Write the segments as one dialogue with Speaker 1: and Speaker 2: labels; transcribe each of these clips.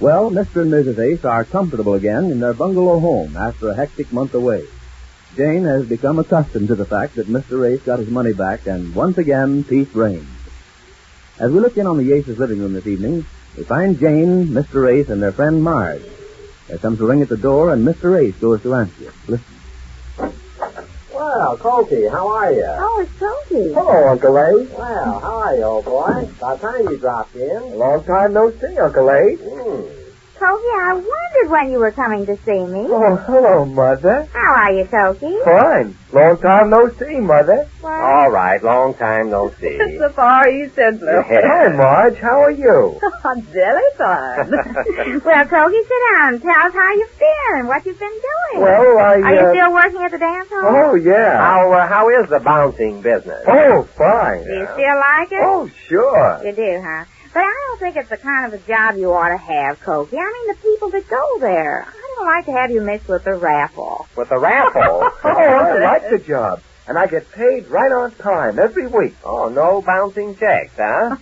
Speaker 1: Well, Mr. and Mrs. Ace are comfortable again in their bungalow home after a hectic month away. Jane has become accustomed to the fact that Mr. Ace got his money back, and once again, peace reigns. As we look in on the Aces' living room this evening, we find Jane, Mr. Ace, and their friend Marge. There comes a ring at the door, and Mr. Ace goes to answer it. Listen.
Speaker 2: Well, Colty, how are you?
Speaker 3: Oh, it's Tony.
Speaker 2: Hello, Uncle Abe. Well, how are you, old boy? About time you dropped in.
Speaker 4: Long time no see, Uncle Abe.
Speaker 2: Mm.
Speaker 3: Toki, Oh, I wondered when you were coming to see me.
Speaker 4: Oh, hello, Mother.
Speaker 3: How are you, Toki?
Speaker 4: Fine. Long time no see, Mother.
Speaker 3: Well,
Speaker 2: All right, long time no see.
Speaker 5: It's the far east endless.
Speaker 2: Oh,
Speaker 4: Hi, Marge. How are you?
Speaker 5: I'm jelly fine.
Speaker 3: well, Toki, sit down. and Tell us how you've been and what you've been doing.
Speaker 4: Well, I.
Speaker 3: are you
Speaker 4: uh,
Speaker 3: still working at the dance hall?
Speaker 4: Oh, yeah.
Speaker 2: how uh, how is the bouncing business?
Speaker 4: Oh, fine.
Speaker 3: Do you still like it?
Speaker 4: Oh, sure.
Speaker 3: You do, huh? But I don't think it's the kind of a job you ought to have, Toki. I mean, the people that go there. I don't like to have you mixed with the raffle.
Speaker 2: With the raffle.
Speaker 4: Oh, I like the job. And I get paid right on time every week.
Speaker 2: oh, no bouncing checks, huh?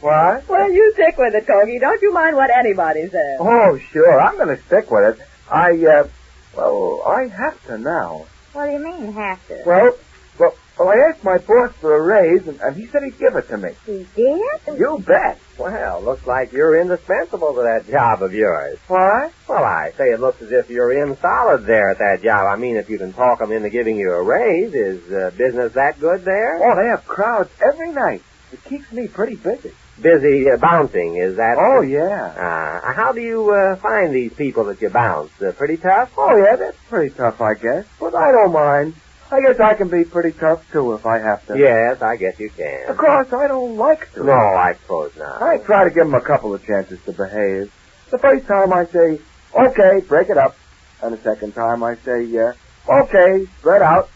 Speaker 4: Why?
Speaker 5: well, you stick with it, Togi. Don't you mind what anybody says.
Speaker 4: Oh, sure. I'm going to stick with it. I, uh, well, I have to now.
Speaker 3: What do you mean, have to?
Speaker 4: Well, well, well I asked my boss for a raise, and, and he said he'd give it to me.
Speaker 3: You did?
Speaker 4: You bet.
Speaker 2: well, looks like you're indispensable to that job of yours.
Speaker 4: Why?
Speaker 2: Well, I say it looks as if you're in solid there at that job. I mean, if you can talk 'em into giving you a raise, is uh, business that good there?
Speaker 4: Oh, they have crowds every night. It keeps me pretty busy.
Speaker 2: Busy uh, bouncing, is that?
Speaker 4: Oh, yeah.
Speaker 2: Uh, how do you uh, find these people that you bounce? Uh, pretty tough?
Speaker 4: Oh, yeah, that's pretty tough, I guess. But I don't mind. I guess I can be pretty tough, too, if I have to.
Speaker 2: Yes, I guess you can.
Speaker 4: Of course, I don't like to.
Speaker 2: No, I suppose not.
Speaker 4: I try to give them a couple of chances to behave. The first time I say, okay, break it up. And the second time I say, yeah, okay, spread out.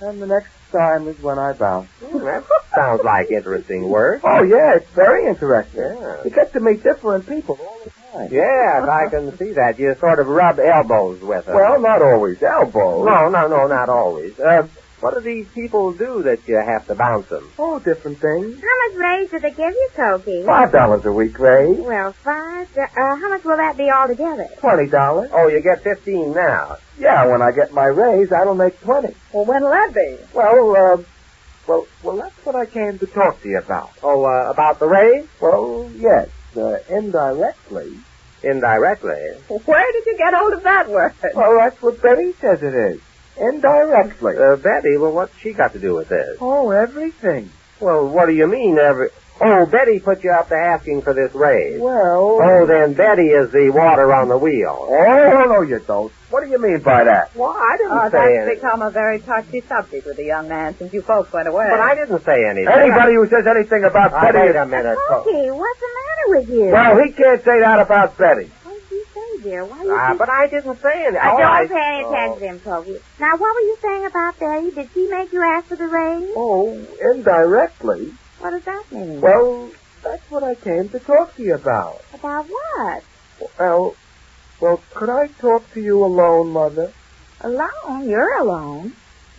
Speaker 4: And the next time is when I bounce.
Speaker 2: Hmm, that sounds like interesting work.
Speaker 4: Oh, yeah, it's very interesting.
Speaker 2: Yeah.
Speaker 4: You get to meet different people all the time.
Speaker 2: Yes, I can see that. You sort of rub elbows with them.
Speaker 4: Well, not always. Elbows.
Speaker 2: no, no, no, not always. Uh, what do these people do that you have to bounce them?
Speaker 4: Oh, different things.
Speaker 3: How much raise did they give you, Toki?
Speaker 4: Five dollars a week, Ray.
Speaker 3: Well, five. do- Uh, how much will that be altogether?
Speaker 4: Twenty dollars.
Speaker 2: Oh, you get 15 now.
Speaker 4: Yeah, when I get my raise, that'll make twenty.
Speaker 5: Well, when'll that be?
Speaker 4: Well, uh, well, well, that's what I came to talk to you about.
Speaker 2: Oh, uh, about the raise?
Speaker 4: Well, yes, uh, indirectly.
Speaker 2: Indirectly.
Speaker 5: Where did you get hold of that word?
Speaker 4: Well, that's what Betty says it is. Indirectly.
Speaker 2: Uh, Betty, well, what's she got to do with this?
Speaker 4: oh, everything.
Speaker 2: Well, what do you mean every... Oh, Betty put you up to asking for this raise.
Speaker 4: Well.
Speaker 2: Oh, then Betty is the water on the wheel.
Speaker 4: Oh, no, you don't. What do you mean by that?
Speaker 2: Well, I didn't say
Speaker 5: Oh, that's
Speaker 2: anything.
Speaker 5: become a very touchy subject with the young man since you folks went away.
Speaker 2: But I didn't say anything.
Speaker 4: Anybody who says anything about
Speaker 2: Uh,
Speaker 4: Betty
Speaker 2: wait
Speaker 4: is...
Speaker 2: a minute. folks.
Speaker 3: Toki, what's the matter with you?
Speaker 4: Well, he can't say that about Betty.
Speaker 3: What did you say, dear? Why do you
Speaker 2: Ah,
Speaker 3: keep...
Speaker 2: but I didn't say anything.
Speaker 3: I
Speaker 2: Oh,
Speaker 3: don't pay any
Speaker 2: oh.
Speaker 3: attention to him, Toki. Now, what were you saying about Betty? Did she make you ask for the raise?
Speaker 4: Oh, indirectly.
Speaker 3: What does that mean?
Speaker 4: Well, that's what I came to talk to you about.
Speaker 3: about what?
Speaker 4: Well, well, could I talk to you alone, Mother?
Speaker 3: Alone? You're alone.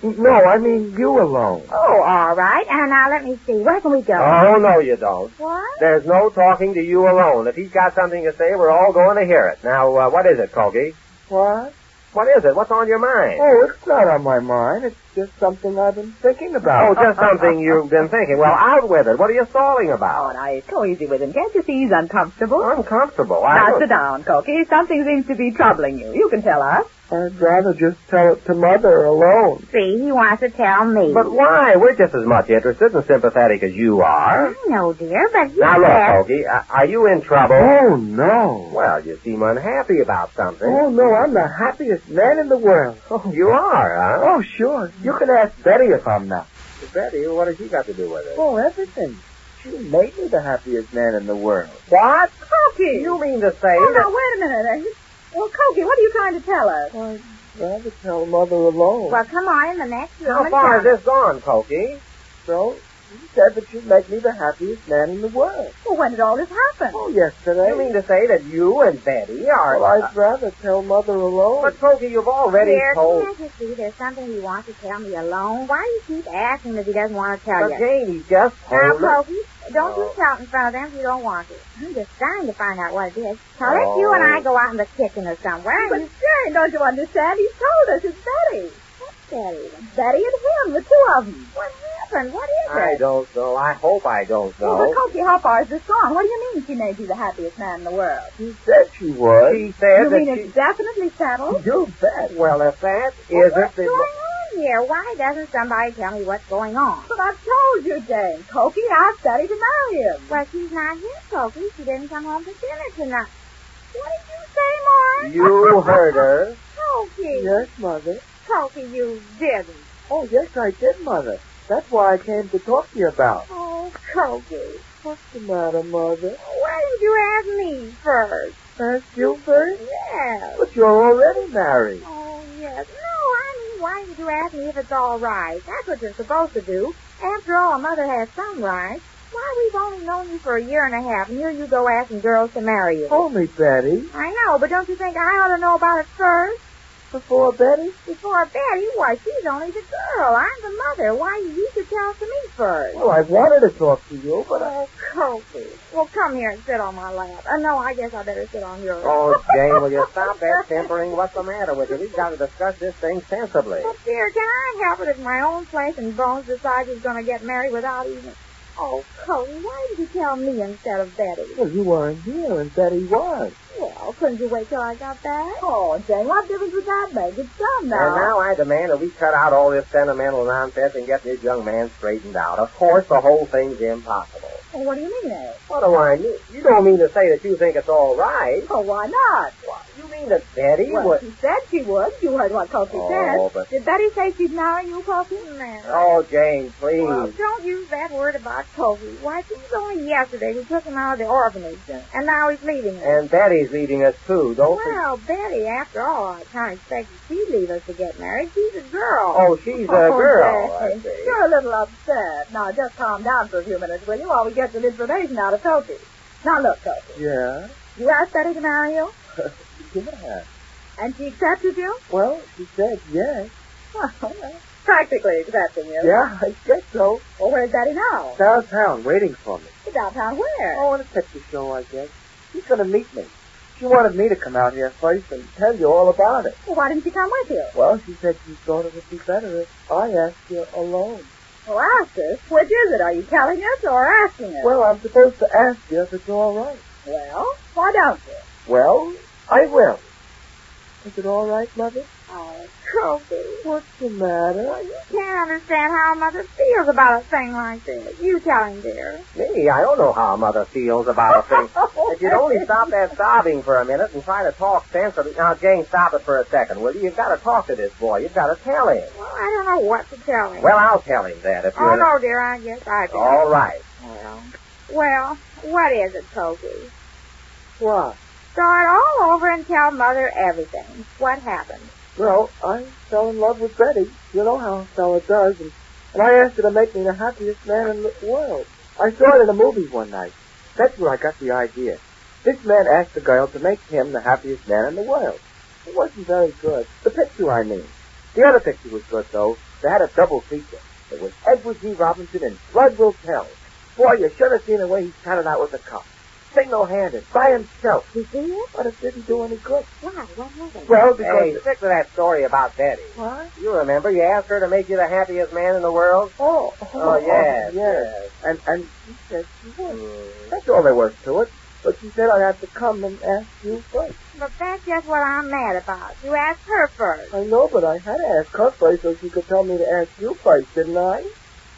Speaker 4: No, I mean you alone.
Speaker 3: Oh, all right. And now let me see. Where can we go?
Speaker 2: Oh, no, you don't.
Speaker 3: What?
Speaker 2: There's no talking to you alone. If he's got something to say, we're all going to hear it. Now, uh, what is it, Colgy?
Speaker 4: What?
Speaker 2: What is it? What's on your mind?
Speaker 4: Oh, it's not on my mind. It's just something I've been thinking
Speaker 2: Oh,
Speaker 4: about.
Speaker 2: just something you've been thinking. Well, out with it. What are you stalling
Speaker 5: Oh,
Speaker 2: about?
Speaker 5: now you go easy with him. Can't you see he's uncomfortable?
Speaker 4: Oh.
Speaker 2: Uncomfortable. I
Speaker 5: now
Speaker 2: don't-
Speaker 5: sit down, Cokie. Something seems to be troubling you. You can tell us.
Speaker 4: I'd rather just tell it to Mother alone.
Speaker 3: See, he wants to tell me.
Speaker 2: But uh, why? We're just as much interested and sympathetic as you are.
Speaker 3: I know, dear, but you
Speaker 2: Now,
Speaker 3: said...
Speaker 2: look, Pokey, uh, are you in trouble?
Speaker 4: Oh, no.
Speaker 2: Well, you seem unhappy about something.
Speaker 4: Oh, no, I'm the happiest man in the world.
Speaker 2: Oh, you are, huh?
Speaker 4: Oh, sure. You can ask Betty if I'm not.
Speaker 2: Betty, what has she got to do with it?
Speaker 4: Oh, everything. She made me the happiest man in the world.
Speaker 2: What?
Speaker 5: Cokie!
Speaker 2: You mean to say
Speaker 5: Oh,
Speaker 2: that...
Speaker 5: now, wait a minute. Uh, Well, Cokie, what are you trying to tell us?
Speaker 4: I'd rather tell Mother alone.
Speaker 3: Well, come on in the next room
Speaker 2: How
Speaker 3: and
Speaker 2: far
Speaker 3: tell
Speaker 2: is this gone, Pokey?
Speaker 4: So, you said that you'd make me the happiest man in the world.
Speaker 5: Well, when did all this happen?
Speaker 4: Oh, yesterday.
Speaker 2: You mean to say that you and Betty are...
Speaker 4: Well, I'd uh, rather tell Mother alone.
Speaker 2: But, Pokey, you've
Speaker 3: me.
Speaker 2: already
Speaker 3: Dear,
Speaker 2: told...
Speaker 3: can't you see there's something he wants to tell me alone? Why do you keep asking if he doesn't want to tell
Speaker 2: But,
Speaker 3: you?
Speaker 2: Jane, he just
Speaker 3: Now,
Speaker 2: told us.
Speaker 3: Pokey, Don't
Speaker 4: Oh.
Speaker 3: you shout in front of them if you don't want to. I'm just dying to find out what it is. Paulette, you and
Speaker 4: Oh.
Speaker 3: I go out in the kitchen or somewhere
Speaker 5: But
Speaker 3: and you
Speaker 5: Jane, don't you understand? He's told us it's Betty.
Speaker 3: stare at them.
Speaker 5: Betty and him, the two of them.
Speaker 3: What happened? What is
Speaker 2: I
Speaker 3: it?
Speaker 2: don't know. I hope I don't know.
Speaker 5: Well, the Cokie Hopper is the song. What do you mean she made you the happiest man in the world?
Speaker 4: She said she would.
Speaker 2: She said
Speaker 5: you
Speaker 2: that
Speaker 5: mean
Speaker 2: she...
Speaker 5: it's definitely settled?
Speaker 2: You bet. Well, if that
Speaker 3: Well,
Speaker 2: not
Speaker 3: what's
Speaker 2: the...
Speaker 3: going on here? Why doesn't somebody tell me what's going on?
Speaker 5: But I've told you, Jane. Cokie asked Betty to marry him.
Speaker 3: Well, she's not here, Sophie. She didn't come home to dinner tonight. What did you say, Mark?
Speaker 2: You heard her.
Speaker 3: Sophie.
Speaker 4: Yes, Mother.
Speaker 3: Sophie, you didn't.
Speaker 4: Oh, yes, I did, Mother. That's what I came to talk to you about.
Speaker 3: Oh, Kogi.
Speaker 4: What's the matter, Mother?
Speaker 3: Why didn't you ask me first?
Speaker 4: Ask you first?
Speaker 3: Yes.
Speaker 4: But you're already married.
Speaker 3: Oh, yes. No, I mean, why did you ask me if it's all right? That's what you're supposed to do. After all, a mother has some rights. Why, we've only known you for a year and a half, and here you go asking girls to marry you.
Speaker 4: Only Betty.
Speaker 3: I know, but don't you think I ought to know about it first?
Speaker 4: Before Betty?
Speaker 3: Before Betty, why, she's only the girl. I'm the mother. Why, you should tell it to me first.
Speaker 4: Well, I wanted to talk to you, but I...
Speaker 3: Oh, Kofi. Well, come here and sit on my lap. Uh, no, I guess I better sit on yours.
Speaker 2: Oh, Jane, will you stop that tempering? What's the matter with you? We've got to discuss this thing sensibly.
Speaker 3: But dear, can I help it if my own flesh and bones decides he's going to get married without even... Oh, Cody, why did you tell me instead of Betty?
Speaker 4: Well, you weren't here, and Betty was.
Speaker 3: Well, couldn't you wait till I got back?
Speaker 5: Oh, Jane, what difference would that make? It's done
Speaker 2: And
Speaker 5: now.
Speaker 2: now I demand that we cut out all this sentimental nonsense and get this young man straightened out. Of course, the whole thing's impossible.
Speaker 5: Well, what do you mean, eh?
Speaker 2: What do I mean? You don't mean to say that you think it's all right.
Speaker 5: Oh, why not?
Speaker 2: What? You mean that Betty
Speaker 5: well,
Speaker 2: would...
Speaker 5: she said she would. You heard what Cokie
Speaker 2: Oh,
Speaker 5: said.
Speaker 2: but-
Speaker 5: Did Betty say she'd marry you, Cokie?
Speaker 3: Now,
Speaker 2: Oh, Jane, please.
Speaker 3: well, don't use that word about Cody. Why, it was only yesterday we took him out of the orphanage, and now he's leaving us.
Speaker 2: And Betty's leaving us, too. Don't forget.
Speaker 3: Well, Betty, after all, I can't expect she'd leave us to get married. She's a girl.
Speaker 2: Oh, she's a girl. I
Speaker 5: Jane,
Speaker 2: see.
Speaker 5: You're a little upset. Now, just calm down for a few minutes, will you, while we get some information out of Cokie. Now, look, Cokie.
Speaker 4: Yeah?
Speaker 5: You asked Betty to marry you,
Speaker 4: Yeah.
Speaker 5: and she accepted you?
Speaker 4: Well, she said yes.
Speaker 5: Practically accepting you.
Speaker 4: Yeah, I guess so.
Speaker 5: Well, where's Betty now?
Speaker 4: Downtown, waiting for me.
Speaker 5: Downtown where?
Speaker 4: Oh, in a picture show, I guess. She's gonna meet me. She wanted me to come out here first and tell you all about it.
Speaker 5: Well, why didn't she come with you?
Speaker 4: Well, she said she thought it would be better if I asked you alone.
Speaker 5: Well, ask us. Which is it? Are you telling us or asking us?
Speaker 4: Well, I'm supposed to ask you if it's all right.
Speaker 5: Well, why don't you?
Speaker 4: Well, I will. Is it all right, Mother?
Speaker 3: Oh, Kobe.
Speaker 4: What's the matter?
Speaker 3: You can't understand how a mother feels about a thing like this. You tell him, dear.
Speaker 2: Me, I don't know how a mother feels about a thing. If you'd only stop that sobbing for a minute and try to talk sensibly. Now, Jane, stop it for a second, will you? You've got to talk to this boy. You've got to tell him.
Speaker 3: Well, I don't know what to tell him.
Speaker 2: Well, I'll tell him that if
Speaker 3: oh,
Speaker 2: you're...
Speaker 3: no, dear, I guess I do.
Speaker 2: All right.
Speaker 3: Well, well, what is it, Kobe?
Speaker 4: Why?
Speaker 3: Start all over and tell Mother everything. What happened?
Speaker 4: Well, I fell in love with Betty. You know how a fella does. And, and I asked her to make me the happiest man in the world. I saw it in a movie one night. That's where I got the idea. This man asked the girl to make him the happiest man in the world. It wasn't very good. The picture, I mean. The other picture was good, though. They had a double feature. It was Edward G. Robinson and Blood Will Tell. Boy, you should have seen the way he counted out with the cop. Single-handed, by himself.
Speaker 3: You see it?
Speaker 4: But it didn't do any good.
Speaker 3: Why? What happened?
Speaker 4: Well, because...
Speaker 2: Hey, stick to that story about Betty.
Speaker 4: What?
Speaker 2: You remember, you asked her to make you the happiest man in the world?
Speaker 4: Oh,
Speaker 2: Oh, yes,
Speaker 4: yes. And and she said she would.
Speaker 2: Mm.
Speaker 4: That's all there was to it. But she said I'd have to come and ask you first.
Speaker 3: But that's just what I'm mad about. You asked her first.
Speaker 4: I know, but I had to ask her first so she could tell me to ask you first, didn't I?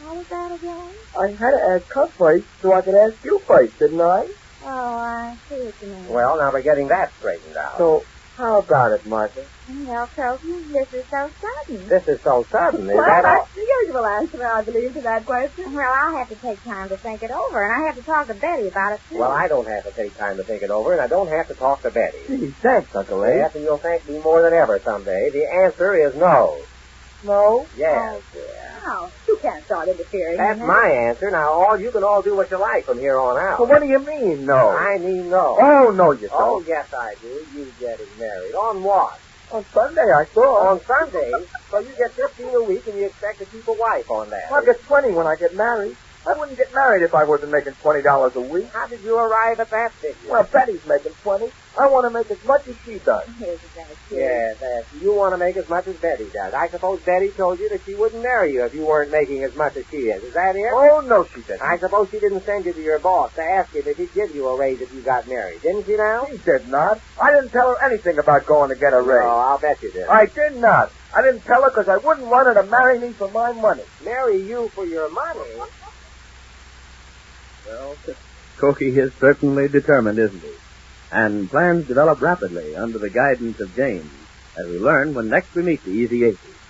Speaker 3: How was that again?
Speaker 4: I had to ask her first so I could ask you first, didn't I?
Speaker 3: Oh, I see what you mean.
Speaker 2: Well, now we're getting that straightened out.
Speaker 4: So how about it, Martha?
Speaker 3: Well, Kofi, this is so sudden.
Speaker 2: This is so sudden. Is
Speaker 5: well,
Speaker 2: that all?
Speaker 5: that's the usual answer, I believe, to that question.
Speaker 3: Well, I'll have to take time to think it over, and I have to talk to Betty about it too.
Speaker 2: Well, I don't have to take time to think it over, and I don't have to talk to Betty.
Speaker 4: Gee, thanks, Uncle Abe.
Speaker 2: Yes, and you'll thank me more than ever someday. The answer is no.
Speaker 4: No. Oh,
Speaker 2: Yes.
Speaker 5: Now, you can't start interfering.
Speaker 2: That's my answer. Now, all you can all do what you like from here on out.
Speaker 4: Well, what do you mean, no?
Speaker 2: I mean no.
Speaker 4: Oh, no, you
Speaker 2: Oh,
Speaker 4: don't.
Speaker 2: yes, I do. You getting married. On what?
Speaker 4: On Sunday, I saw.
Speaker 2: On Sunday. so you get 15 a week, and you expect to keep a wife on that.
Speaker 4: I'll get 20 when I get married. I wouldn't get married if I wasn't making twenty dollars a week.
Speaker 2: How did you arrive at that figure?
Speaker 4: Well, Betty's making twenty. I want to make as much as she does.
Speaker 5: Here's the thing, kid.
Speaker 2: yeah, that you want to make as much as Betty does. I suppose Betty told you that she wouldn't marry you if you weren't making as much as she is. Is that it?
Speaker 4: Oh no, she didn't.
Speaker 2: I suppose she didn't send you to your boss to ask him if he'd give you a raise if you got married, didn't she now?
Speaker 4: She did not. I didn't tell her anything about going to get a raise.
Speaker 2: No, I'll bet you did.
Speaker 4: I did not. I didn't tell her because I wouldn't want her to marry me for my money.
Speaker 2: Marry you for your money?
Speaker 1: Well, Cokie is certainly determined, isn't he? And plans develop rapidly under the guidance of James, as we learn when next we meet the Easy Aces.